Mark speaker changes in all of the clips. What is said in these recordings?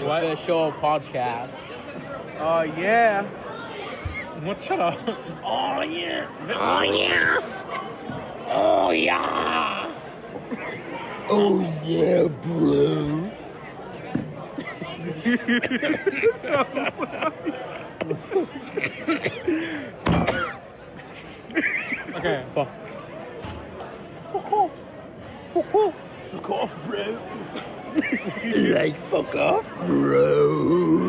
Speaker 1: What? Official podcast.
Speaker 2: Oh, yeah. What? Shut up.
Speaker 1: Oh yeah. Oh yeah. Oh yeah. Oh yeah, bro.
Speaker 2: Okay.
Speaker 1: Fuck. Fuck off. Fuck off. Fuck off, bro. like fuck off, bro.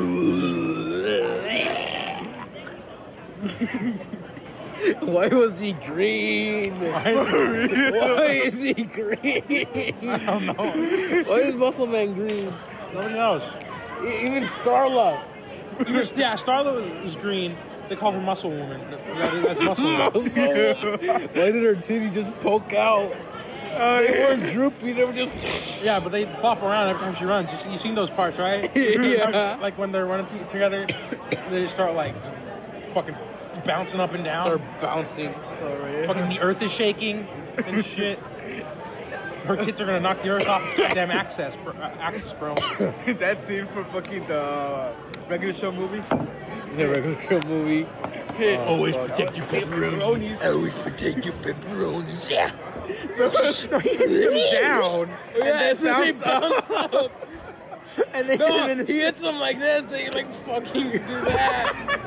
Speaker 1: Why was he green? Why is he green?
Speaker 2: I don't know.
Speaker 1: Why is Muscle Man green?
Speaker 2: Nobody knows.
Speaker 1: E- Even Starla.
Speaker 2: yeah, Starla was green. They call her Muscle Woman. That- that's Muscle Woman.
Speaker 1: Muscle. Why did her titties just poke out? They weren't droopy. They were just.
Speaker 2: Yeah, but they flop around every time she runs. You, see- you seen those parts, right?
Speaker 1: Yeah.
Speaker 2: Like when they're running t- together, they start like fucking bouncing up and down.
Speaker 1: Start bouncing.
Speaker 2: Fucking the earth is shaking and shit. Her tits are gonna knock the earth off its goddamn access, bro. Uh, Access, bro.
Speaker 3: that scene from fucking the regular show movie.
Speaker 1: The regular show movie.
Speaker 2: Always protect your
Speaker 3: Pepperonis.
Speaker 1: always protect your pepperonis. Yeah.
Speaker 3: him down.
Speaker 1: Yeah, and then
Speaker 3: then bounce
Speaker 1: they bounce up.
Speaker 3: And they
Speaker 1: No,
Speaker 3: hit him in
Speaker 1: he
Speaker 3: the
Speaker 1: hits him like this. They like fucking do that.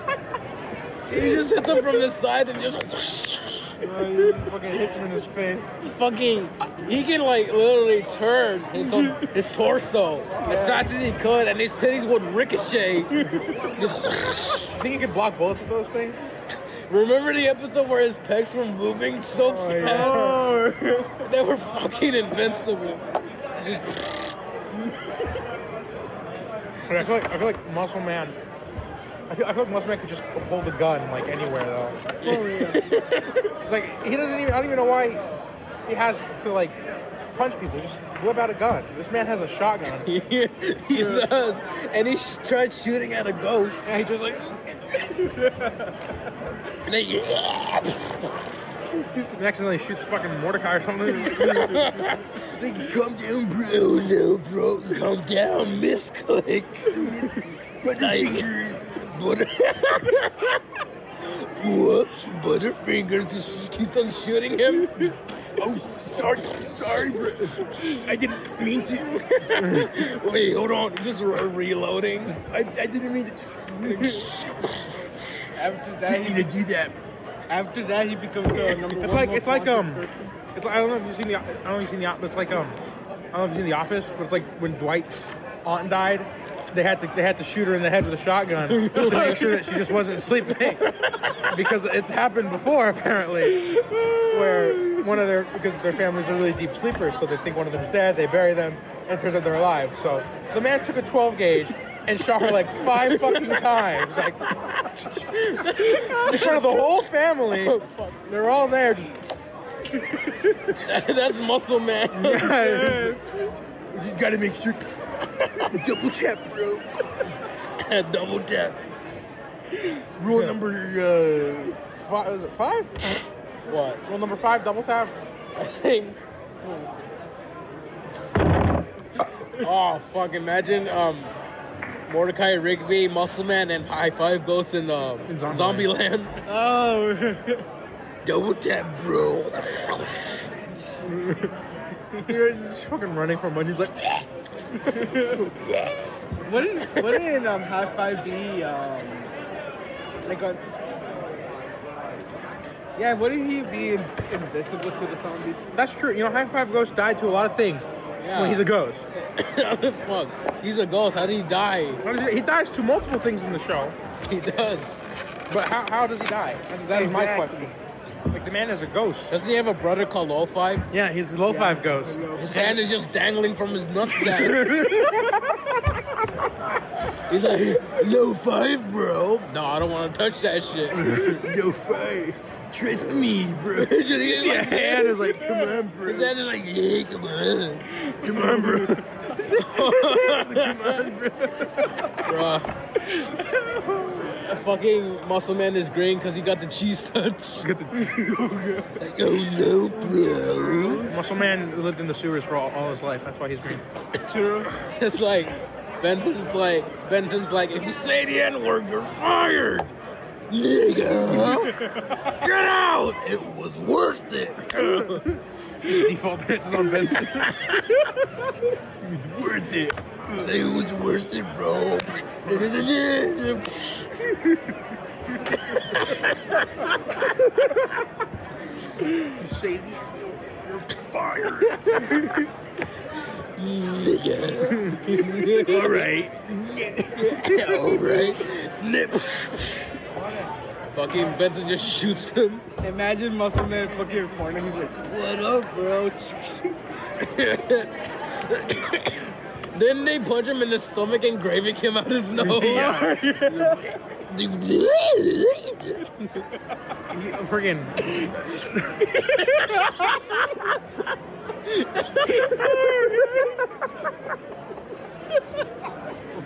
Speaker 1: he just hits him from the side and just
Speaker 3: fucking hits him in his face.
Speaker 1: fucking. He can like literally turn his own, his torso as fast as he could, and his titties would ricochet. just
Speaker 3: Think he could block both of those things?
Speaker 1: remember the episode where his pecs were moving so fast? They were fucking invincible. Just
Speaker 2: I feel like I feel like Muscle Man. I feel, I feel like Muscle Man could just hold a gun like anywhere though.
Speaker 3: Oh,
Speaker 2: it's like he doesn't even. I don't even know why he has to like punch people. Just whip out a gun. This man has a shotgun.
Speaker 1: he, he does, and he sh- tried shooting at a ghost.
Speaker 2: Yeah, he just like
Speaker 1: And then, yeah,
Speaker 2: he accidentally shoots fucking Mordecai or something.
Speaker 1: they come down, bro, no, bro, come down, misclick. but I, butter, whoops, Butterfinger just keeps on shooting him. oh, sorry, sorry, bro, I didn't mean to. Wait, hold on, just re- reloading. I, I didn't mean to.
Speaker 3: After
Speaker 1: didn't mean
Speaker 3: that,
Speaker 1: to do that.
Speaker 3: after that, he becomes the number
Speaker 2: It's like it's like um, it's like, I don't know if you've seen the I don't know if you've seen the O- it's like um, I don't know if you've seen the Office, but it's like when Dwight's aunt died, they had to they had to shoot her in the head with a shotgun to make sure that she just wasn't sleeping, because it's happened before apparently, where one of their because their families are really deep sleepers, so they think one of them's dead, they bury them, and it turns out they're alive. So the man took a 12 gauge. And shot her like five fucking times, like in front of the whole family. They're all there, just
Speaker 1: That's muscle man.
Speaker 2: Guys,
Speaker 1: You just gotta make sure. Double tap, bro. Double tap. Rule uh, number.
Speaker 2: Five, was it five?
Speaker 1: Uh, what?
Speaker 2: Rule number five, double tap.
Speaker 1: I think. Oh fuck! Imagine um, Mordecai Rigby, Muscleman, and High Five Ghost in, uh,
Speaker 2: In Zombieland.
Speaker 1: Zombieland.
Speaker 2: Oh.
Speaker 1: Double tap, bro.
Speaker 2: You're just fucking running from one. He's like,
Speaker 3: Wouldn't wouldn't um, high five be um like a yeah? Wouldn't he be in, invisible to the zombies?
Speaker 2: that's true. You know, High Five Ghost died to a lot of things.
Speaker 1: Yeah.
Speaker 2: When he's a ghost.
Speaker 1: fuck. He's a ghost. How did he die?
Speaker 2: How does he, he dies to multiple things in the show,
Speaker 1: He does.
Speaker 2: but how, how does he die? That is my
Speaker 3: Exactly.
Speaker 2: question. Like, the man is a ghost.
Speaker 1: Doesn't he have a brother called Low Five?
Speaker 2: Yeah, he's a low five ghost.
Speaker 1: His hand is just dangling from his nutsack. He's like,
Speaker 4: No five, bro.
Speaker 1: no, I don't want to touch that shit.
Speaker 4: No five. Trust me, bro. Just
Speaker 1: His
Speaker 4: your hand is like, come on, bro.
Speaker 1: His hand is like,
Speaker 4: yeah, come on. Come on, bro.
Speaker 1: bruh.
Speaker 3: fucking muscle man is green because he got the cheese touch.
Speaker 2: Get the-
Speaker 4: Like, oh no, bro.
Speaker 2: Muscle Man lived in the sewers for all, all his life. That's why he's green.
Speaker 3: True. It's like Benson's like Benson's like if you
Speaker 1: You say the N word, you're fired.
Speaker 4: Nigga.
Speaker 1: Get out.
Speaker 4: It was worth it.
Speaker 2: His default hits on Benson.
Speaker 1: Worth it.
Speaker 4: It was worth it, bro.
Speaker 1: Fired.
Speaker 4: Nigga.
Speaker 1: All right.
Speaker 4: All right.
Speaker 1: Nip.
Speaker 3: fucking Benson just shoots him.
Speaker 5: Imagine Muscle Man fucking pointing. He's like,
Speaker 3: What up, bro? then they punch him in the stomach and gravy came out his nose.
Speaker 2: Friggin'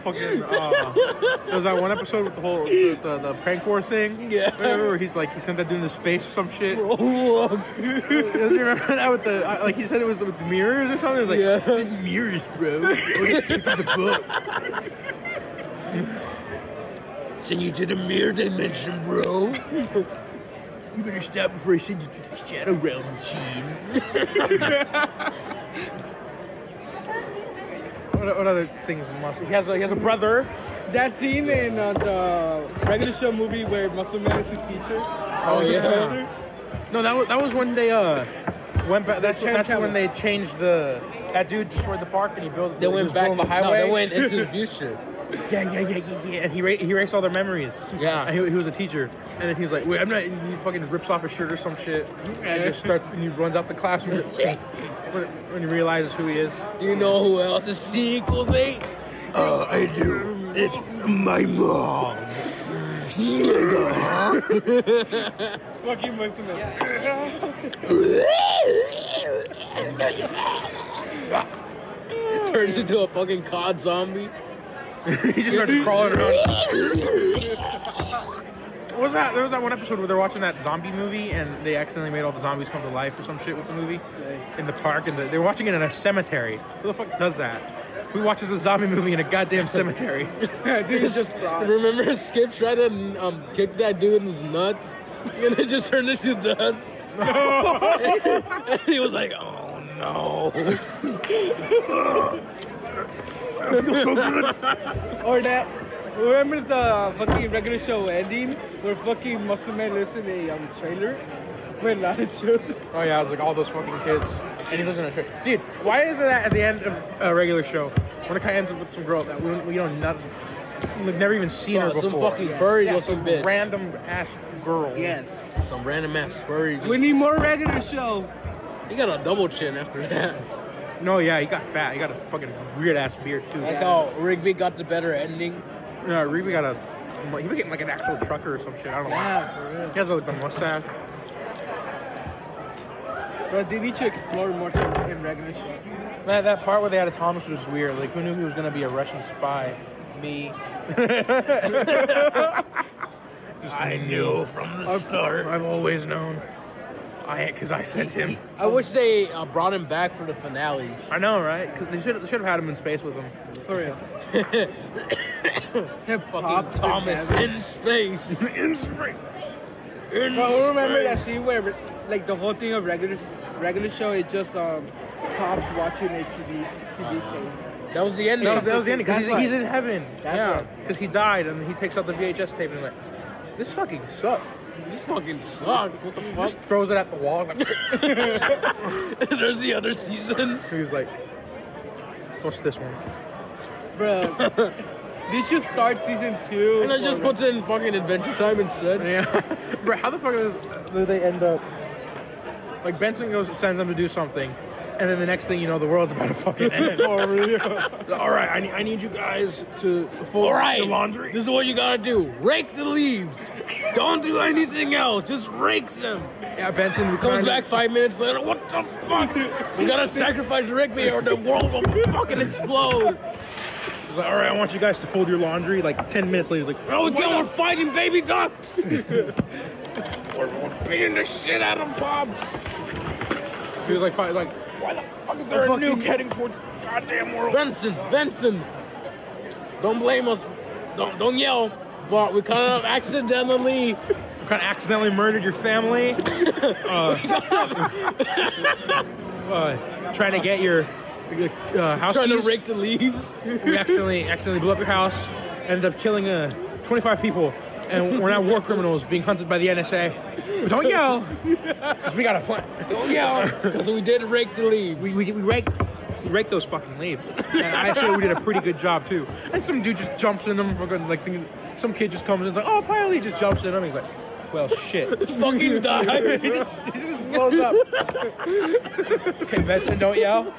Speaker 2: fucking. Uh, there was that one episode with the whole the, the, the prank war thing.
Speaker 3: Yeah.
Speaker 2: Remember where he's like he sent that dude into space or some shit.
Speaker 3: Oh, fuck.
Speaker 2: Does you remember that with the uh, like he said it was with mirrors or something? It was like
Speaker 3: Yeah.
Speaker 4: Mirrors, bro. Always keep in the book. Send you to the mirror dimension, bro. You better stop before I send you to the shadow realm, Gene.
Speaker 2: what, what other things? Must he has a, he has a brother.
Speaker 5: that scene in uh, the regular show movie where Muscle Man is a teacher.
Speaker 3: Oh, yeah.
Speaker 5: Professor.
Speaker 2: No, that was that was when they uh went back. That's,
Speaker 5: changed
Speaker 2: that's when
Speaker 5: Kevin.
Speaker 2: they changed the that dude destroyed the FARC and he built.
Speaker 3: They
Speaker 2: he
Speaker 3: went
Speaker 2: was
Speaker 3: back
Speaker 2: building
Speaker 3: to
Speaker 2: the highway.
Speaker 3: No, they went into the future.
Speaker 2: Yeah, yeah, yeah, yeah, yeah. And he ra- he erased all their memories.
Speaker 3: Yeah.
Speaker 2: And he, he was a teacher, and then he was like, "Wait, I'm not." And he fucking rips off his shirt or some shit, and just starts and he runs out the classroom when, when he realizes who he is.
Speaker 3: Do you know who else is C equals eight?
Speaker 4: Uh, I do. It's my mom. Nigga.
Speaker 5: Fucking Muscle Man.
Speaker 3: Turns into a fucking COD zombie.
Speaker 2: he just starts crawling around. What was that? There was that one episode where they're watching that zombie movie and they accidentally made all the zombies come to life or some shit with the movie in the park and the, they were watching it in a cemetery. Who the fuck does that? Who watches a zombie movie in a goddamn cemetery?
Speaker 5: Dude, just
Speaker 3: Remember Skip tried to um, kick that dude in his nuts? And it just turned into dust. and he was like, oh no.
Speaker 5: or that. Remember the fucking regular show ending where fucking Muscle Man lives in a um, trailer with a lot of children.
Speaker 2: Oh yeah, it was like all those fucking kids. And he lives in a church. Dude, why is it that at the end of a regular show, when it kind of ends up with some girl that we, we don't know, we've never even seen her
Speaker 3: Oh, some
Speaker 2: before?
Speaker 3: fucking furry
Speaker 2: yeah,
Speaker 3: looking
Speaker 2: some
Speaker 3: bitch.
Speaker 2: random ass girl.
Speaker 3: Some random ass furry. just-
Speaker 5: We need more regular show.
Speaker 3: he got a double chin after that.
Speaker 2: No, yeah, he got fat. He got a fucking weird ass beard too.
Speaker 3: Like how Rigby got the better ending.
Speaker 2: No, Reba got a. He became like an actual trucker or some shit. I don't know. why.
Speaker 5: for
Speaker 2: He has like a mustache.
Speaker 5: real. Bro, they need to explore more to- in regular show.
Speaker 2: That, that part where they had a Thomas was weird. Like, who knew he was gonna be a Russian spy? Me. Just
Speaker 1: I
Speaker 2: me.
Speaker 1: knew from the start.
Speaker 2: I've always known. I, because I sent him.
Speaker 3: I wish they uh, brought him back for the finale.
Speaker 2: I know, right? Because they should should have had him in space with him.
Speaker 5: For real. Hip hop.
Speaker 3: Fucking Thomas in space.
Speaker 1: In spring. In
Speaker 5: Bro, who remember
Speaker 1: space.
Speaker 5: that scene where, like, the whole thing of regular regular show is just um cops watching a TV
Speaker 3: Uh.
Speaker 5: TV thing.
Speaker 3: That was the ending.
Speaker 2: That was, that was the ending. Because
Speaker 5: That's
Speaker 2: he's, he's
Speaker 5: right.
Speaker 2: in heaven.
Speaker 5: That's
Speaker 2: yeah.
Speaker 5: right.
Speaker 2: Because he died, and he takes out the VHS tape and like, this fucking sucks.
Speaker 3: This fucking sucked. What the fuck?
Speaker 2: Just throws it at the wall. Like,
Speaker 3: There's the other seasons.
Speaker 2: he was like, let's watch this one.
Speaker 5: Bro, they should start season two.
Speaker 3: And I just
Speaker 5: for-
Speaker 3: put in fucking Adventure Time instead.
Speaker 2: Yeah, bro. How the fuck does do they end up? Like Benson goes sends them to do something, and then the next thing you know, the world's about to fucking end.
Speaker 5: for real.
Speaker 1: All right, I need, I need you guys to fold
Speaker 3: All right.
Speaker 1: the laundry.
Speaker 3: This is what you gotta do: rake the leaves.
Speaker 1: Don't do anything else. Just rake them.
Speaker 2: Yeah, Benson
Speaker 3: Comes
Speaker 2: kinda-
Speaker 3: back five minutes later. What?
Speaker 1: What the fuck?
Speaker 3: We gotta sacrifice Rigby or the world will fucking explode.
Speaker 2: He's like, all right, I want you guys to fold your laundry. Like ten minutes later, he's like, oh,
Speaker 1: Why not?
Speaker 2: fighting baby ducks.
Speaker 1: We're, we're beating the shit out of Bob's.
Speaker 2: he was like, fight, like
Speaker 1: Why the fuck is there a nuke heading towards the goddamn world?
Speaker 3: Benson, Benson. Don't blame us. Don't don't yell. But we kind of accidentally
Speaker 2: kind of accidentally murdered your family. uh, uh, trying to get your uh, house
Speaker 3: trying to
Speaker 2: keys.
Speaker 3: rake the leaves.
Speaker 2: We accidentally accidentally blew up your house. Ended up killing uh, 25 people, and we're now war criminals being hunted by the NSA. But don't yell, 'cause we got a plan.
Speaker 3: Don't yell. Because we did rake the leaves.
Speaker 2: We we we rake we rake those fucking leaves. And I say we did a pretty good job too. And some dude just jumps in them. Fucking, like things, some kid just comes in and like, oh, Piley just jumps in them. He's like, well, shit.
Speaker 3: fucking died.
Speaker 2: He just, he just blows up. okay, Benson, don't yell.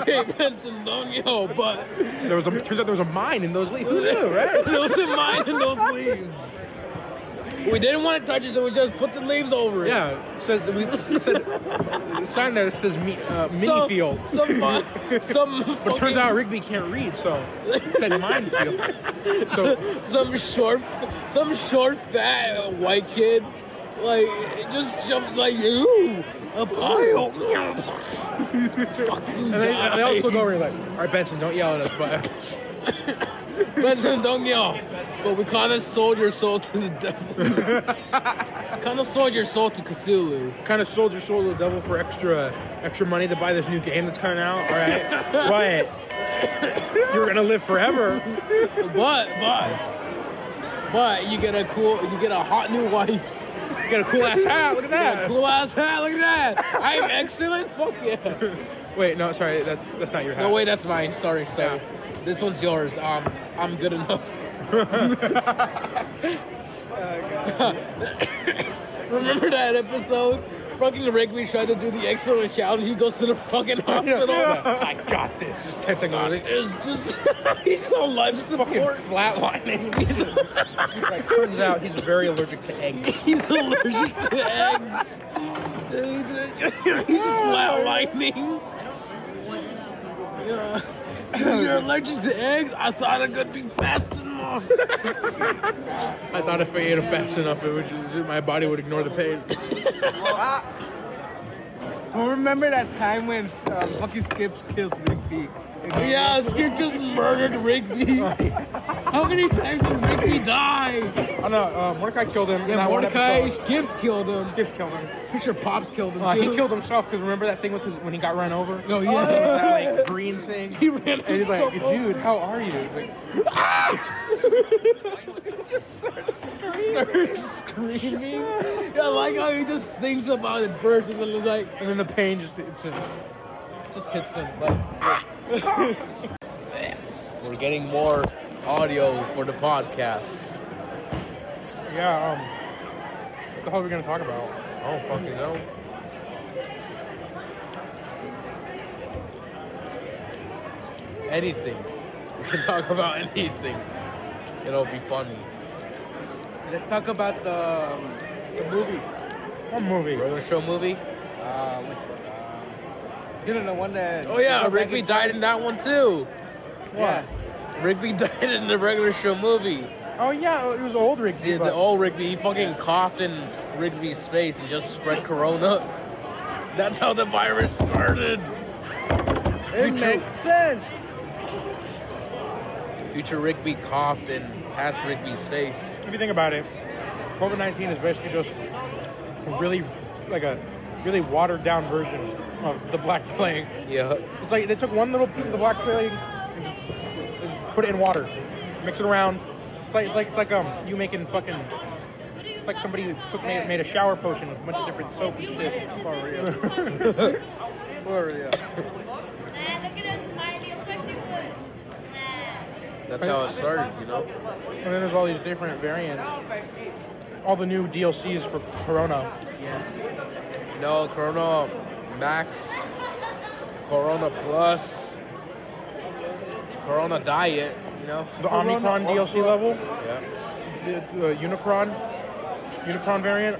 Speaker 3: okay, Benson, don't yell. But
Speaker 2: There was a turns out there was a mine in those leaves. Who knew, right?
Speaker 3: those are mine and those leaves. We didn't want to touch it, so we just put the leaves over it.
Speaker 2: Yeah, so th- we said sign notice says me, uh, mini
Speaker 3: So-
Speaker 2: field.
Speaker 3: Some fun. Some.
Speaker 2: But turns out Rigby can't read, so it said mine field. So
Speaker 3: some short, some short, fat white kid, like just jumped like you a pile.
Speaker 2: and
Speaker 3: Fucking
Speaker 2: they, and they
Speaker 3: died.
Speaker 2: also go over and like, all right, Benson, don't yell at us, but uh,
Speaker 3: Benson, don't yell. But we kind of sold your soul to the devil. kind of sold your soul to Cthulhu.
Speaker 2: kind of sold your soul to the devil for extra extra money to buy this new game that's coming out. All right, but you're gonna live forever.
Speaker 3: But but but you get a cool, you get a hot new wife. You
Speaker 2: You got a cool ass hat. Look at
Speaker 3: got a
Speaker 2: that.
Speaker 3: cool ass hat. Look at that. I'm excellent. Fuck yeah.
Speaker 2: Wait, no, sorry, that's that's not your hat.
Speaker 3: No, wait, that's mine. Sorry, sorry. This one's yours. Um, I'm good enough. Remember that episode? Fucking Wrigley tried to do the excellent challenge. He goes to the fucking hospital.
Speaker 2: I got this. Just ten seconds.
Speaker 3: It's just he's on life support.
Speaker 2: flatlining. Like, turns out he's very allergic to eggs.
Speaker 3: He's allergic to eggs. He's- He's flatlining. Yeah. You're allergic to eggs? I thought I could be fast enough.
Speaker 2: I thought if I ate them fast enough, it would just, my body would ignore the pain.
Speaker 5: Who remember that time when uh, fucking Skips kills Rigby?
Speaker 3: Yeah, Skip just murdered Rigby. How many times did Rigby die?
Speaker 2: Oh no, uh, Mordecai killed him. in
Speaker 3: Yeah,
Speaker 2: that one
Speaker 3: Mordecai,
Speaker 2: episode.
Speaker 3: Skip's killed him.
Speaker 2: Skips killed him.
Speaker 3: Picture Pops killed him.
Speaker 2: Uh, he
Speaker 3: too.
Speaker 2: killed himself because remember that thing with his when he got run over.
Speaker 3: No, yeah.
Speaker 2: That like green thing.
Speaker 3: He ran
Speaker 2: And he's like,
Speaker 3: himself over.
Speaker 2: dude, how are you? He's like,
Speaker 3: started screaming. Yeah, I like how he just thinks about it first and then it's like
Speaker 2: and then the pain just it's him.
Speaker 3: just hits him. Like, We're getting more audio for the podcast.
Speaker 2: Yeah. Um, what the hell are we gonna talk about?
Speaker 3: Oh fucking no. Anything. We can talk about anything. It'll be funny.
Speaker 5: Let's talk about the, um, the movie.
Speaker 2: What movie?
Speaker 3: We're gonna show a movie.
Speaker 5: Uh, which, uh, you know the one that.
Speaker 3: Oh yeah, Rigby died in that one too.
Speaker 5: Yeah.
Speaker 3: Rigby died in the regular show movie.
Speaker 2: Oh yeah, it was old Rick.
Speaker 3: The, the old Rigby, he fucking coughed in Rigby's face and just spread corona. That's how the virus started.
Speaker 5: It makes sense.
Speaker 3: Future Rigby coughed in past Rigby's face.
Speaker 2: if you think about it, COVID nineteen is basically just a really like a really watered down version of the Black Plague.
Speaker 3: Yeah.
Speaker 2: It's like they took one little piece of the Black Plague and just, just put it in water, mix it around. It's like it's like it's like um you making fucking. It's like somebody who took made, made a shower potion with a bunch of different soap and shit.
Speaker 5: For real. For real.
Speaker 6: Nah, look at her smiling. Of course she would. Nah.
Speaker 3: That's how it started, you know?
Speaker 2: And then there's all these different variants. All the new DLCs for Corona.
Speaker 3: No, Corona Max, Corona Plus, Corona Diet, you know?
Speaker 2: The Omicron DLC level.
Speaker 3: Yeah.
Speaker 2: the, the Unicron, Unicron variant.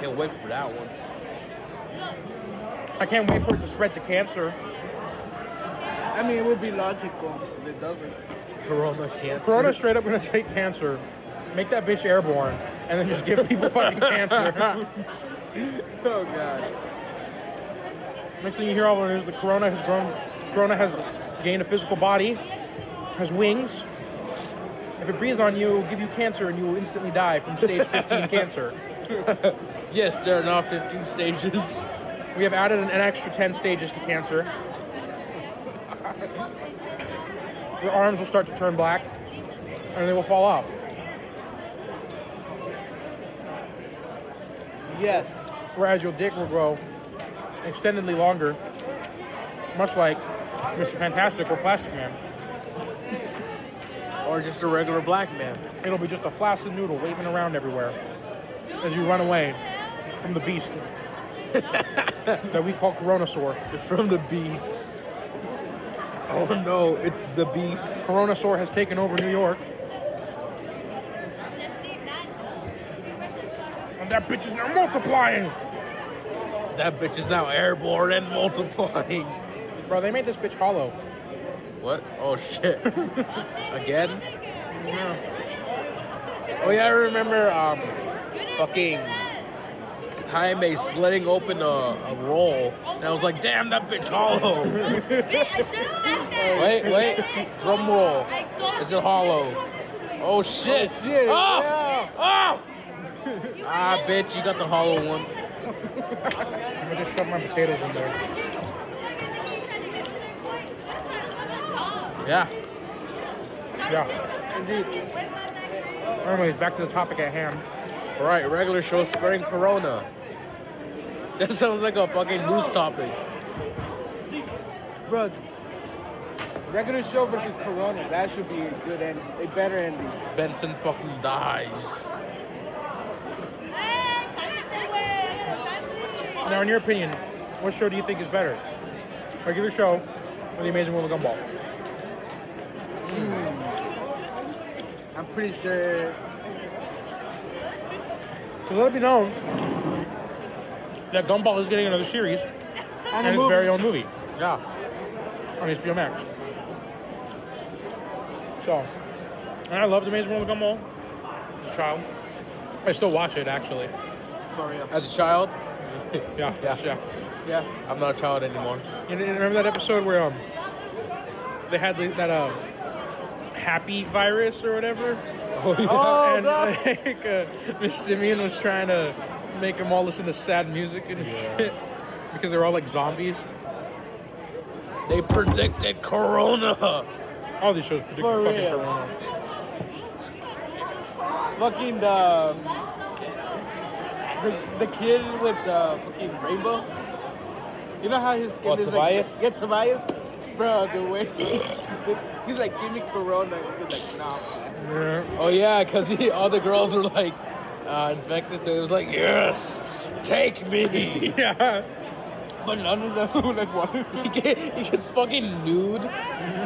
Speaker 3: Can't wait for that one.
Speaker 2: I can't wait for it to spread to cancer.
Speaker 5: I mean, it would be logical if it doesn't.
Speaker 3: Corona cancer.
Speaker 2: Corona's straight up gonna take cancer, make that bitch airborne, and then just give people fucking cancer.
Speaker 5: Oh god.
Speaker 2: Next thing you hear all over the news, the corona has grown. Corona has gained a physical body, has wings. If it breathes on you, it will give you cancer, and you will instantly die from stage 15 cancer.
Speaker 3: Yes, there are now 15 stages.
Speaker 2: We have added an, an extra 10 stages to cancer. Your arms will start to turn black, and they will fall off.
Speaker 5: Yes.
Speaker 2: whereas your dick will grow extendedly longer, much like Mr. Fantastic or Plastic Man.
Speaker 3: Or just a regular black man.
Speaker 2: It'll be just a flaccid noodle waving around everywhere as you run away from the beast that we call Coronasaur.
Speaker 3: From the beast. Oh no, it's the beast.
Speaker 2: Coronasaur has taken over New York, and that bitch is now multiplying.
Speaker 3: That bitch is now airborne and multiplying.
Speaker 2: Bro, they made this bitch hollow.
Speaker 3: What? Oh shit. Again?
Speaker 6: Yeah.
Speaker 3: Oh yeah, I remember um fucking Jaime splitting open a, a roll and I was like, damn that bitch hollow. Wait,
Speaker 6: Wait,
Speaker 3: wait. Drum roll. Is it hollow? Oh shit. Oh, oh! Ah bitch, you got the hollow one.
Speaker 2: I'm gonna just shove my potatoes in there.
Speaker 3: Yeah.
Speaker 2: Yeah. Anyways, back to the topic at hand.
Speaker 3: Alright, regular show spreading corona. That sounds like a fucking news topic.
Speaker 5: Bro, regular show versus Corona. That should be a good end, a better ending.
Speaker 3: Benson fucking dies.
Speaker 2: Now, in your opinion, what show do you think is better? Regular show or The Amazing World of Gumball?
Speaker 5: I'm pretty sure.
Speaker 2: So let it be known that Gumball is getting another series and, its very own movie
Speaker 3: Yeah.
Speaker 2: on HBO Max. So, and I loved Amazing World of Gumball as a child. I still watch it, actually.
Speaker 3: As a child,
Speaker 2: Yeah,
Speaker 3: Yeah.
Speaker 2: yeah.
Speaker 3: yeah, I'm not a child anymore.
Speaker 2: You know- remember that episode where um they had the, that um happy virus or whatever?
Speaker 5: Oh,
Speaker 2: and
Speaker 5: no.
Speaker 2: like uh, Miss Simeon was trying to make them all listen to sad music and shit because they're all like zombies.
Speaker 3: They predicted corona.
Speaker 2: All these shows predict
Speaker 5: For
Speaker 2: fucking
Speaker 5: real.
Speaker 2: corona.
Speaker 5: Fucking the, the the kid with the fucking rainbow. You know how his skin
Speaker 3: Oh,
Speaker 5: is
Speaker 3: Tobias?
Speaker 5: like yeah, Tobias. Bro, the way he- he's like, give me Corona. He's like, nah.
Speaker 2: Yeah.
Speaker 3: Oh yeah, cause he, all the girls were like uh, infected, so it was like, yes, take me.
Speaker 2: yeah.
Speaker 3: but none of them were like what? He, get, he gets fucking nude.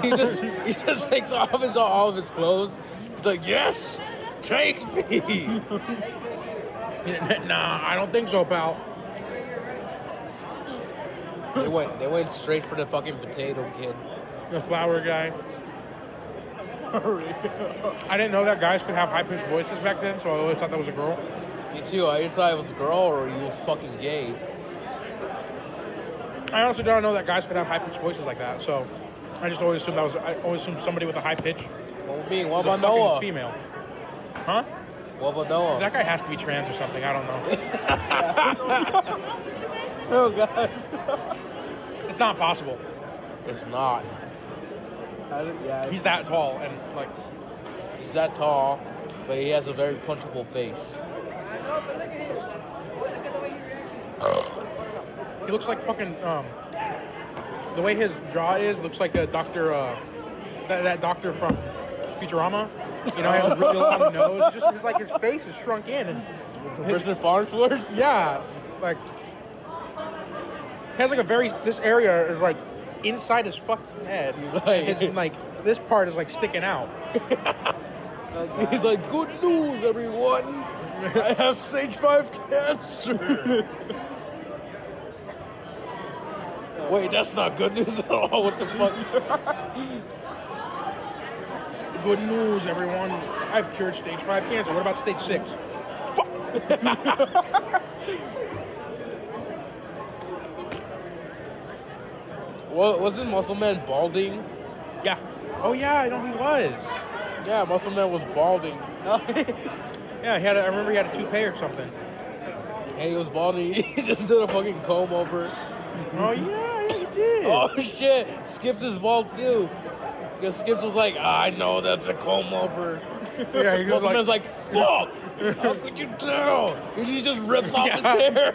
Speaker 3: He just he just takes off his all of his clothes. He's like, yes, take me.
Speaker 2: Nah, I don't think so, pal.
Speaker 3: they went they went straight for the fucking potato kid.
Speaker 2: The flower guy. I didn't know that guys could have high pitched voices back then, so I always thought that was a girl.
Speaker 3: Me too. I either thought it was a girl or he was fucking gay.
Speaker 2: I honestly don't know that guys could have high pitched voices like that, so I just always assumed that was I always assumed somebody with a high pitch
Speaker 3: Well, me, what
Speaker 2: was a
Speaker 3: about
Speaker 2: fucking
Speaker 3: Noah?
Speaker 2: female. Huh?
Speaker 3: What about Noah?
Speaker 2: That guy has to be trans or something. I don't know.
Speaker 5: Oh god.
Speaker 2: it's not possible.
Speaker 3: It's not.
Speaker 5: I don't- yeah.
Speaker 2: He's that tall and like
Speaker 3: He's that tall, but he has a very punchable face.
Speaker 2: he looks like fucking um the way his jaw is looks like a doctor uh that, that doctor from Futurama. You know, he has a really long nose. It's just it's like his face is shrunk in and
Speaker 3: Professor Farnsworth?
Speaker 2: Yeah, like he has like a very. This area is like inside his fucking head.
Speaker 3: He's like-
Speaker 2: his, like this part is like sticking out.
Speaker 3: He's like, good news, everyone. I have stage five cancer.
Speaker 5: Oh
Speaker 3: Wait, that's not good news at all. What the fuck?
Speaker 2: Good news, everyone. I've cured stage five cancer. What about stage six?
Speaker 3: Well, wasn't Muscle Man balding?
Speaker 2: Yeah. Oh yeah, I know he was.
Speaker 3: Yeah, Muscle Man was balding.
Speaker 2: Yeah, he had. A, I remember he had a toupee or something.
Speaker 3: And he was balding. He just did a fucking comb over.
Speaker 2: Oh yeah, he did.
Speaker 3: Oh shit! Skipped his ball too. Because Skips was like, "Ah, I know that's a comb over.
Speaker 2: yeah, he was
Speaker 3: Muscle
Speaker 2: like,
Speaker 3: Man's like, fuck! How could you tell? And he just rips off his hair.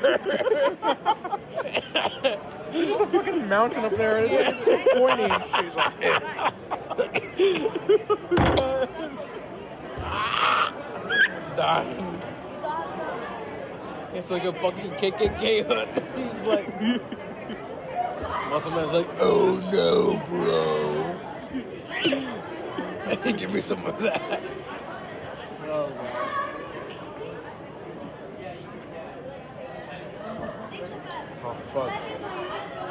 Speaker 2: there's just a fucking mountain up there. It's, like, it's so pointy. And she's like,
Speaker 3: Dying. It's like a fucking KKK hut. He's like, Muscle Man's like, oh no, bro. Give me some of that. Oh, fuck.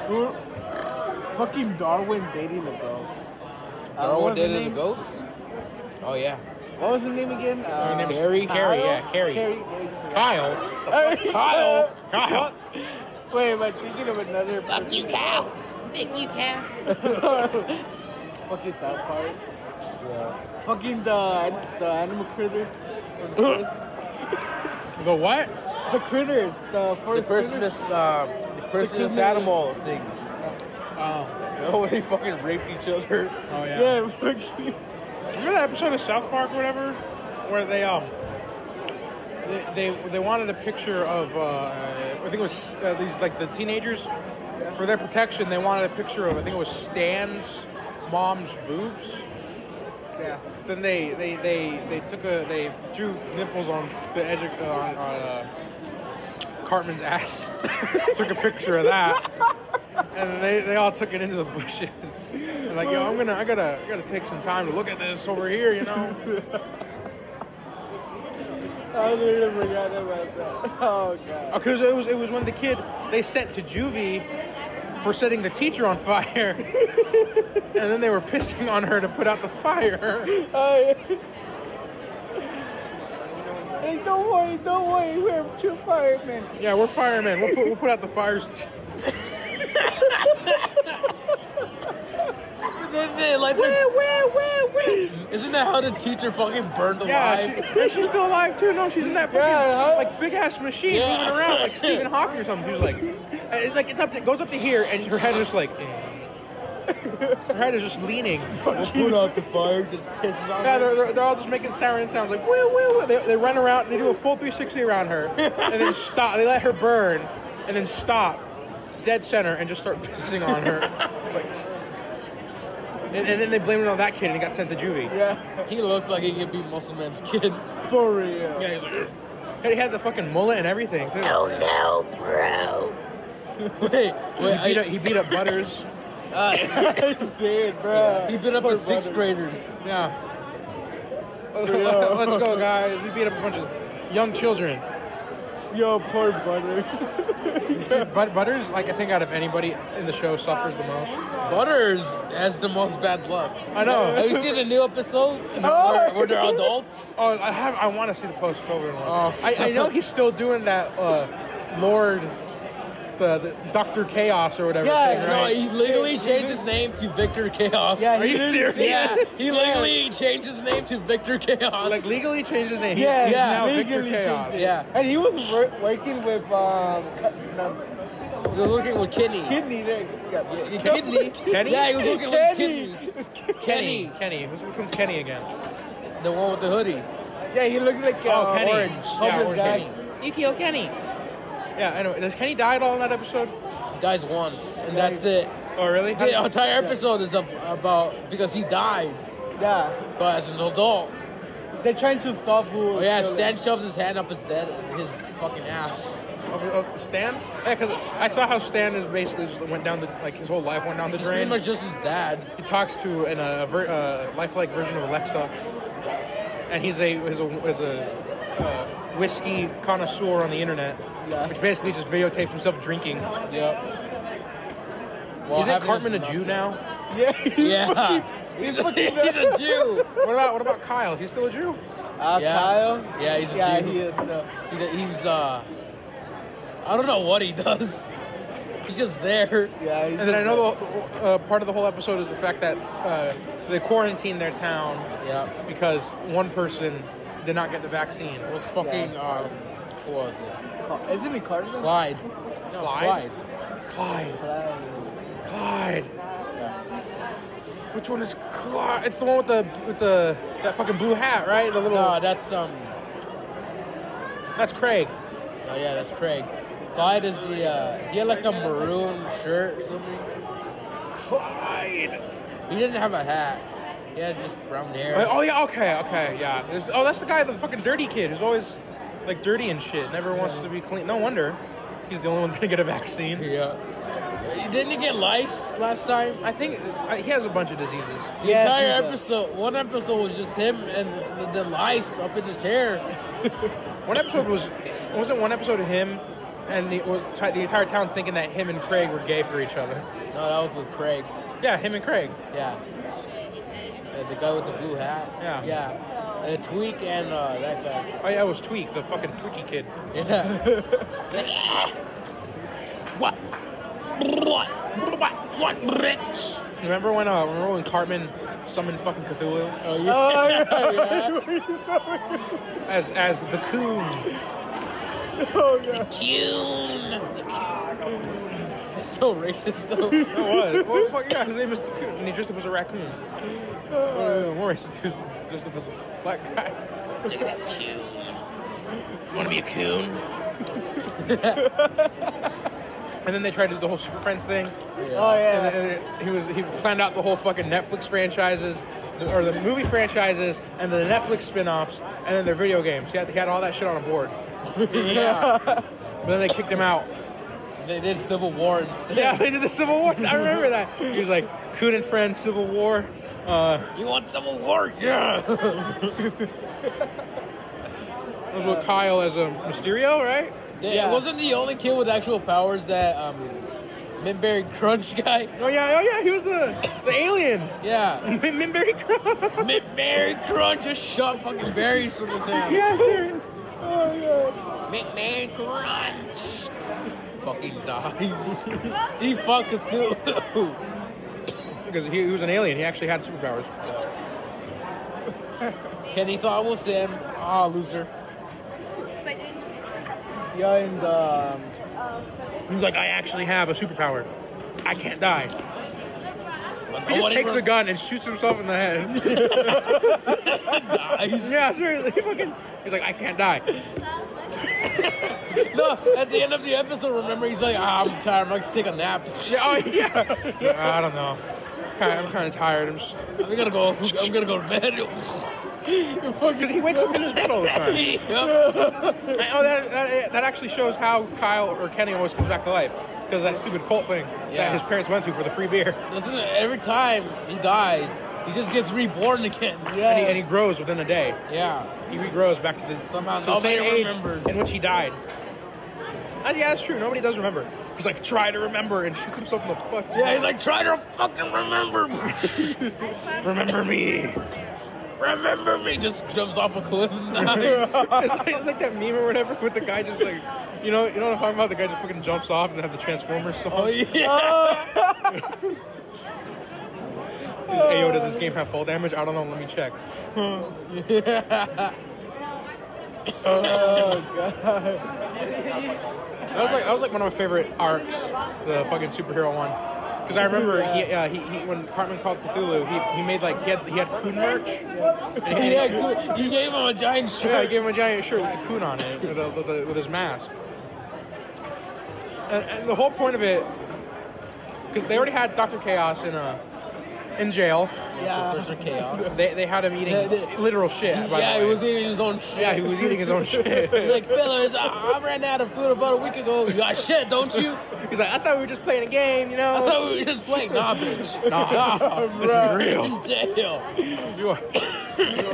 Speaker 5: Who- Fucking Darwin dating a girl. Uh, what
Speaker 3: Darwin
Speaker 5: was the
Speaker 3: dated a
Speaker 5: name?
Speaker 3: ghost? Oh, yeah.
Speaker 5: What was the name again? Uh,
Speaker 2: name is
Speaker 3: Carrie?
Speaker 2: Carrie, yeah, Carrie. Kyle.
Speaker 5: Kyle. Kyle. Wait, am I thinking of another? Fuck you, cow. Think you, cow. Fucking that part. Yeah. Fucking the the animal critters. the
Speaker 2: The what?
Speaker 5: critters. The
Speaker 3: The
Speaker 5: first.
Speaker 3: first
Speaker 5: critters.
Speaker 3: miss, um, the first miss animal things.
Speaker 2: Oh.
Speaker 3: You know, when they fucking raped each other.
Speaker 2: Oh yeah.
Speaker 5: Yeah, fucking.
Speaker 2: Remember that episode of South Park, or whatever, where they um, they they, they wanted a picture of uh, I think it was uh, these like the teenagers for their protection. They wanted a picture of I think it was Stan's mom's boobs. Yeah. Then they they they, they took a they drew nipples on the edge of uh, on, on uh, Cartman's ass. took a picture of that. And they, they all took it into the bushes. And like, yo, I'm gonna I gotta I gotta take some time to look at this over here, you know.
Speaker 5: I literally forgot about that. Oh god.
Speaker 2: Because Uh, it was it was when the kid they sent to juvie for setting the teacher on fire, and then they were pissing on her to put out the fire.
Speaker 5: I... Hey, don't worry, don't worry. We're two firemen.
Speaker 2: Yeah, we're firemen. We'll put, we'll put out the fires.
Speaker 3: Isn't that how the teacher fucking burned alive?
Speaker 2: Yeah, she, and she's still alive too. No, she's in that fucking like big ass machine
Speaker 3: Yeah.
Speaker 2: moving around like Stephen Hawking or something. She's like, and it's like it's up, it goes up to here, and her head is like, her head is just leaning.
Speaker 3: We'll put out the fire, just pisses on
Speaker 2: Yeah,
Speaker 3: her.
Speaker 2: they're, they're, they're all just making siren sounds like woo woo woo. They, they run around, they do a full 360 around her, and then stop. They let her burn, and then stop, dead center, and just start pissing on her. It's like, and, and then they blame it on that kid, and he got sent to juvie.
Speaker 5: Yeah,
Speaker 3: He looks like he could be Muscle Man's kid.
Speaker 5: for real.
Speaker 2: Yeah, he's like, "Ugh." and he had the fucking mullet and everything too.
Speaker 4: Oh no, bro.
Speaker 3: Wait, wait,
Speaker 2: He beat, up,
Speaker 3: I,
Speaker 2: he beat up Butters.
Speaker 5: Dude, bro.
Speaker 3: he beat up the sixth graders.
Speaker 2: Yeah. oh. Let's go, guys. He beat up a bunch of young children.
Speaker 5: Yo, poor butter.
Speaker 2: Dude, but Butters, like I think out of anybody in the show, suffers the most.
Speaker 3: Butters has the most bad luck.
Speaker 2: I know.
Speaker 3: Have you seen the new episode
Speaker 5: No.
Speaker 3: where, where they're adults?
Speaker 2: Oh, I have. I want to see the post-COVID one.
Speaker 3: Oh.
Speaker 2: I, I know he's still doing that, uh, Lord, the, the Doctor Chaos or whatever.
Speaker 5: Yeah,
Speaker 2: thing,
Speaker 3: No,
Speaker 2: right?
Speaker 3: he legally changed his name to Victor Chaos.
Speaker 5: Yeah,
Speaker 3: Are
Speaker 5: he
Speaker 3: you
Speaker 5: did.
Speaker 3: serious? Yeah, he legally changed his name to Victor Chaos.
Speaker 2: like legally changed his name. He-
Speaker 5: Yeah,
Speaker 2: he's
Speaker 5: yeah,
Speaker 2: now Victor
Speaker 5: legally
Speaker 2: Chaos.
Speaker 5: changed
Speaker 3: yeah,
Speaker 5: And he was wor- working with um, cut- no,
Speaker 3: he was working with Kenny.
Speaker 5: kidney. There.
Speaker 3: Yeah, he- kidney.
Speaker 2: Kenny?
Speaker 3: Yeah, he was working with kidneys.
Speaker 2: Kenny.
Speaker 3: Kenny,
Speaker 2: Kenny. Who's- Which one's Kenny again?
Speaker 3: the one with the hoodie.
Speaker 5: Yeah, he looked like uh,
Speaker 2: Oh, Kenny.
Speaker 5: Orange.
Speaker 2: Yeah,
Speaker 5: Homeless
Speaker 2: orange
Speaker 5: guy.
Speaker 3: Kenny.
Speaker 2: You killed E Kenny. Yeah, I know. Does Kenny die at all in that episode?
Speaker 3: He dies once, and that's it.
Speaker 2: Oh, really?
Speaker 3: The entire episode is ab- about because he died,
Speaker 5: Yeah,
Speaker 3: but as an adult.
Speaker 5: they're trying to solve who.
Speaker 3: Oh yeah,
Speaker 5: killed
Speaker 3: Stan
Speaker 5: him.
Speaker 3: shoves his hand up his dead, his fucking ass.
Speaker 2: Oh, oh, Stan? Yeah, because I saw how Stan is basically just went down the like his whole life went down the
Speaker 3: He's pretty
Speaker 2: drain.
Speaker 3: much just his dad.
Speaker 2: He talks to an uh, ver- uh, lifelike version of Alexa, and he's a is a, is a uh, whiskey connoisseur on the internet,
Speaker 5: Yeah.
Speaker 2: which basically just videotapes himself drinking.
Speaker 3: Yep. Well,
Speaker 2: Isn't
Speaker 3: happiness
Speaker 2: Cartman
Speaker 3: is
Speaker 2: a Jew
Speaker 3: not-
Speaker 2: now?
Speaker 5: Yeah. he's
Speaker 3: Yeah.
Speaker 5: fucking-
Speaker 3: He's a Jew.
Speaker 2: What about what about Kyle? He's still a Jew?
Speaker 5: Uh,
Speaker 3: Yeah.
Speaker 5: Kyle?
Speaker 3: Yeah, he's a
Speaker 5: yeah,
Speaker 3: Jew.
Speaker 5: he is. uh, No.
Speaker 3: He- He's uh, I don't know what he does. He's just there.
Speaker 5: Yeah, he's
Speaker 2: And then I know the, uh, part of the whole episode is the fact that uh, they quarantined their town
Speaker 3: Yeah.
Speaker 2: because one person did not get the vaccine.
Speaker 3: It was fucking uh, who was it?
Speaker 5: Car- Isn't he Cartman?
Speaker 3: Clyde. No, it's
Speaker 2: Clyde? Clyde,
Speaker 3: Clyde.
Speaker 5: Clyde.
Speaker 2: Clyde.
Speaker 3: Yeah.
Speaker 2: Which one is Clyde? It's the one with the with the that fucking blue hat, right? The little.
Speaker 3: No, that's um.
Speaker 2: that's Craig.
Speaker 3: Oh yeah, that's Craig. Clyde is the uh, he had like a maroon shirt or something. Clyde. He didn't have a hat. He had just brown hair.
Speaker 2: Oh yeah, okay, okay, yeah. There's- oh, that's the guy, the fucking dirty kid, who's always like dirty and shit. Never wants to be clean. No wonder. He's the only one that didn't get a vaccine.
Speaker 3: Yeah. Uh, Didn't he get lice last time?
Speaker 2: I think uh, he has a bunch of diseases.
Speaker 3: The
Speaker 5: Yeah,
Speaker 3: entire
Speaker 5: he does.
Speaker 3: episode, one episode was just him and the, the, the lice up in his hair.
Speaker 2: One episode was wasn't one episode of him and the, was t- the entire town thinking that him and Craig were gay for each other.
Speaker 3: No, that was with Craig.
Speaker 2: Yeah, him and Craig.
Speaker 3: Yeah. Uh, the guy with the blue hat.
Speaker 2: Yeah.
Speaker 3: Yeah. Uh, Tweak and uh, that guy.
Speaker 2: Oh yeah, it was Tweak, the fucking twitchy kid.
Speaker 3: Yeah.
Speaker 1: What? What? What? What, Rich?
Speaker 2: Remember when uh, remember when Cartman summoned fucking Cthulhu
Speaker 3: Oh, yeah. yeah.
Speaker 2: as as the coon?
Speaker 1: June.
Speaker 3: That's so racist, though.
Speaker 2: It was. Well, fuck yeah, his name is the coon, and he dressed up as a raccoon. Uh, more racist, he was dressed up as a black guy.
Speaker 1: Look at that coon. Wanna be a coon?
Speaker 2: And then they tried to do the whole Super Friends thing.
Speaker 5: Oh
Speaker 2: And,
Speaker 5: yeah.
Speaker 2: then- and then he was he planned out the whole fucking Netflix franchises, the- or the movie franchises, and then the Netflix spin-offs, and then their video games. He had, he had all that shit on a board.
Speaker 3: yeah.
Speaker 2: But then they kicked him out.
Speaker 3: They did Civil War instead.
Speaker 2: Yeah, they did the Civil War. I remember that. He was like, Coon and Friends, Civil War. Uh,
Speaker 1: You want some award? Yeah.
Speaker 2: that was with Kyle as a Mysterio, right?
Speaker 3: They-
Speaker 5: Yeah.
Speaker 3: It wasn't the only kid with actual powers that um, Minberry Crunch guy.
Speaker 2: Oh yeah, oh yeah, he was the the alien.
Speaker 3: Yeah.
Speaker 2: Min- Minberry Crumb.
Speaker 3: Minberry Crunch just shot fucking berries from his hand.
Speaker 2: yeah, serious. Oh,
Speaker 3: McMahon Crunch fucking dies. he fucking Cthulhu.
Speaker 2: Because he, he was an alien. He actually had superpowers.
Speaker 3: Kenny thought it was him. Ah, loser.
Speaker 5: Yeah, and um,
Speaker 2: He was like, I actually have a superpower. I can't die.
Speaker 3: But
Speaker 2: He just
Speaker 3: nobody
Speaker 2: takes a
Speaker 3: re-
Speaker 2: gun and shoots himself in the head.
Speaker 3: dies.
Speaker 2: yeah, seriously. He fucking. He's like, I can't die.
Speaker 3: No, at the end of the episode, remember he's like, ah, I'm tired. I'm like, take a nap.
Speaker 2: Yeah, oh yeah. yeah I don't know. Kinda- I'm kind of tired. I'm just
Speaker 3: I'm gonna go. I'm gonna go to bed.
Speaker 2: because he wakes up in his bed all the time.
Speaker 3: Yep.
Speaker 2: And- Oh, that, that, that actually shows how Kyle or Kenny always comes back to life because of that stupid cult thing
Speaker 3: Yeah.
Speaker 2: that his parents went to for the free beer,
Speaker 3: Listen, every time he dies, he just gets reborn again.
Speaker 5: yeah.
Speaker 2: and, he, and he grows within a day.
Speaker 3: Yeah.
Speaker 2: He regrows back to the
Speaker 3: Somehow
Speaker 2: to the
Speaker 3: nobody
Speaker 2: same age
Speaker 3: remembers.
Speaker 2: in which he died. Uh, yeah, that's true. Nobody does remember. He's like, try to remember, and shoots himself in the fuck.
Speaker 3: Yeah, he's like, try to fucking remember.
Speaker 1: Remember me.
Speaker 3: remember me. Just jumps off a cliff and dies.
Speaker 2: it's, like, it's like that meme or whatever with the guy just like, you know, you know what I'm talking about? The guy just fucking jumps off and they have the Transformers song.
Speaker 3: oh, yeah.
Speaker 2: Hey, yo, does this game have fall damage? I don't know. Let me check.
Speaker 3: Oh,
Speaker 2: That was like that was like one of my favorite arcs, the fucking superhero one. Because I remember he, uh, he, he when Cartman called Cthulhu, he, he made like he had he had coon merch. And he,
Speaker 3: Yeah, good. he gave him a giant
Speaker 2: yeah, he
Speaker 3: shirt.
Speaker 2: gave him a giant shirt with the coon on it, with, a, with, a, with his mask. And, and the whole point of it, because they already had Doctor Chaos in uh in jail.
Speaker 3: eating Professor Chaos.
Speaker 2: They, they had him eating
Speaker 3: Yeah, they-
Speaker 2: literal shit. By
Speaker 3: yeah,
Speaker 2: the
Speaker 3: he
Speaker 2: way.
Speaker 3: was eating his own shit.
Speaker 2: Yeah, he was eating his own shit.
Speaker 3: He's like, fellas, I, I ran out of food about a week ago. You got shit, don't you?
Speaker 2: He's like, I thought we were just playing a game, you
Speaker 3: I
Speaker 2: know.
Speaker 3: thought we were just playing. Nah, bitch.
Speaker 2: Nah, this is real.
Speaker 3: Damn.
Speaker 2: You are,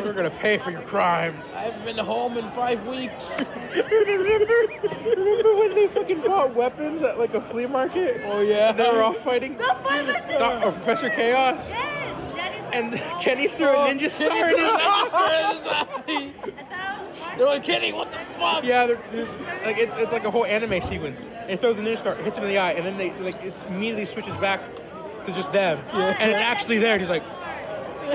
Speaker 2: you're gonna pay for your crime.
Speaker 3: I haven't been home in five weeks.
Speaker 2: remember, remember when they fucking bought weapons at like a flea market?
Speaker 3: Oh, yeah.
Speaker 2: They were all fighting
Speaker 6: The pharmacist!
Speaker 2: Doc- uh, Professor Chaos,
Speaker 6: Yes, Jennifer.
Speaker 2: and Oh, Kenny threw a ninja star
Speaker 3: Kenny
Speaker 2: in
Speaker 3: threw
Speaker 2: his
Speaker 3: a ninja
Speaker 2: eye.
Speaker 3: star in his eye.
Speaker 6: I thought it was smart.
Speaker 3: They're like, Kenny, what the fuck?
Speaker 2: Yeah, they're- it's- like it's it's like a whole anime sequence. And it throws a ninja star, hits him in the eye, and then they like it immediately switches back to just them, and it's actually there. And he's like,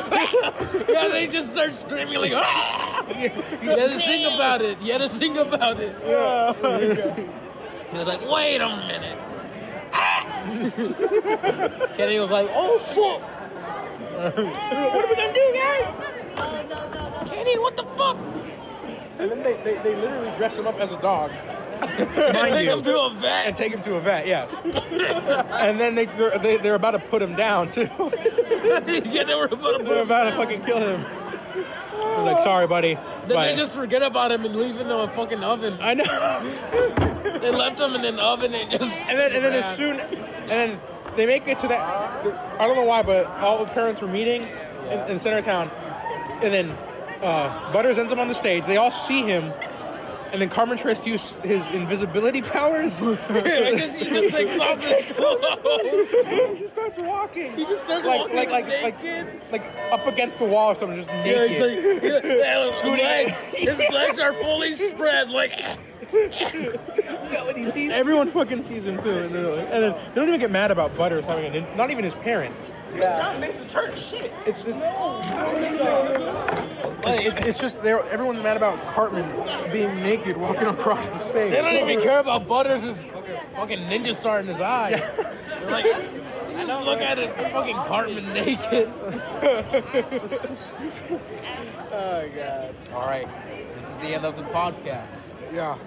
Speaker 3: Yeah, they just start screaming like, ah! You had to think about it. You had to think about it. Yeah. He was like, wait a minute. Ah! Kenny was like, oh, fuck.
Speaker 6: what are we gonna do, guys? Oh, no, no, no.
Speaker 3: Kenny, what the fuck?
Speaker 2: and then they, they, they literally dress him up as a dog.
Speaker 3: And
Speaker 2: Mind
Speaker 3: take
Speaker 2: you.
Speaker 3: him to a vet.
Speaker 2: and take him to a vet. Yes, and then they they're, they, they're about to put him down too.
Speaker 3: yeah, they were about to put
Speaker 2: they're
Speaker 3: him
Speaker 2: about to fucking kill him. I'm like, sorry, buddy.
Speaker 3: Then
Speaker 2: but-
Speaker 3: they just forget about him and leave him in a fucking oven.
Speaker 2: I know.
Speaker 3: They left him in an oven and just.
Speaker 2: And then and then as soon and then they make it to that. I don't know why, but all the parents were meeting in, in center of town, and then uh, Butters ends up on the stage. They all see him. And then Carmen tries to use his invisibility powers. So
Speaker 3: I guess he just like pops his
Speaker 2: he starts walking.
Speaker 3: He just starts
Speaker 2: like,
Speaker 3: walking
Speaker 2: like, like,
Speaker 3: naked.
Speaker 2: like, like up against the wall or something, just
Speaker 3: Yeah,
Speaker 2: naked.
Speaker 3: he's like, yeah,
Speaker 2: Scooting.
Speaker 3: legs. His legs are fully spread. Like,
Speaker 2: Everyone fucking sees him too, and, they're like, and then they don't even get mad about Butters having a nin- not even his parents. John Mason's hurt shit. It's, it's, it's, it's just they're, everyone's mad about Cartman being naked walking across the stage.
Speaker 3: they don't even care about Butters' his fucking ninja star in his eye. They're like, I don't look at it. Fucking Cartman naked.
Speaker 5: Oh, God.
Speaker 3: All right, this is the end of the podcast.
Speaker 2: Yeah.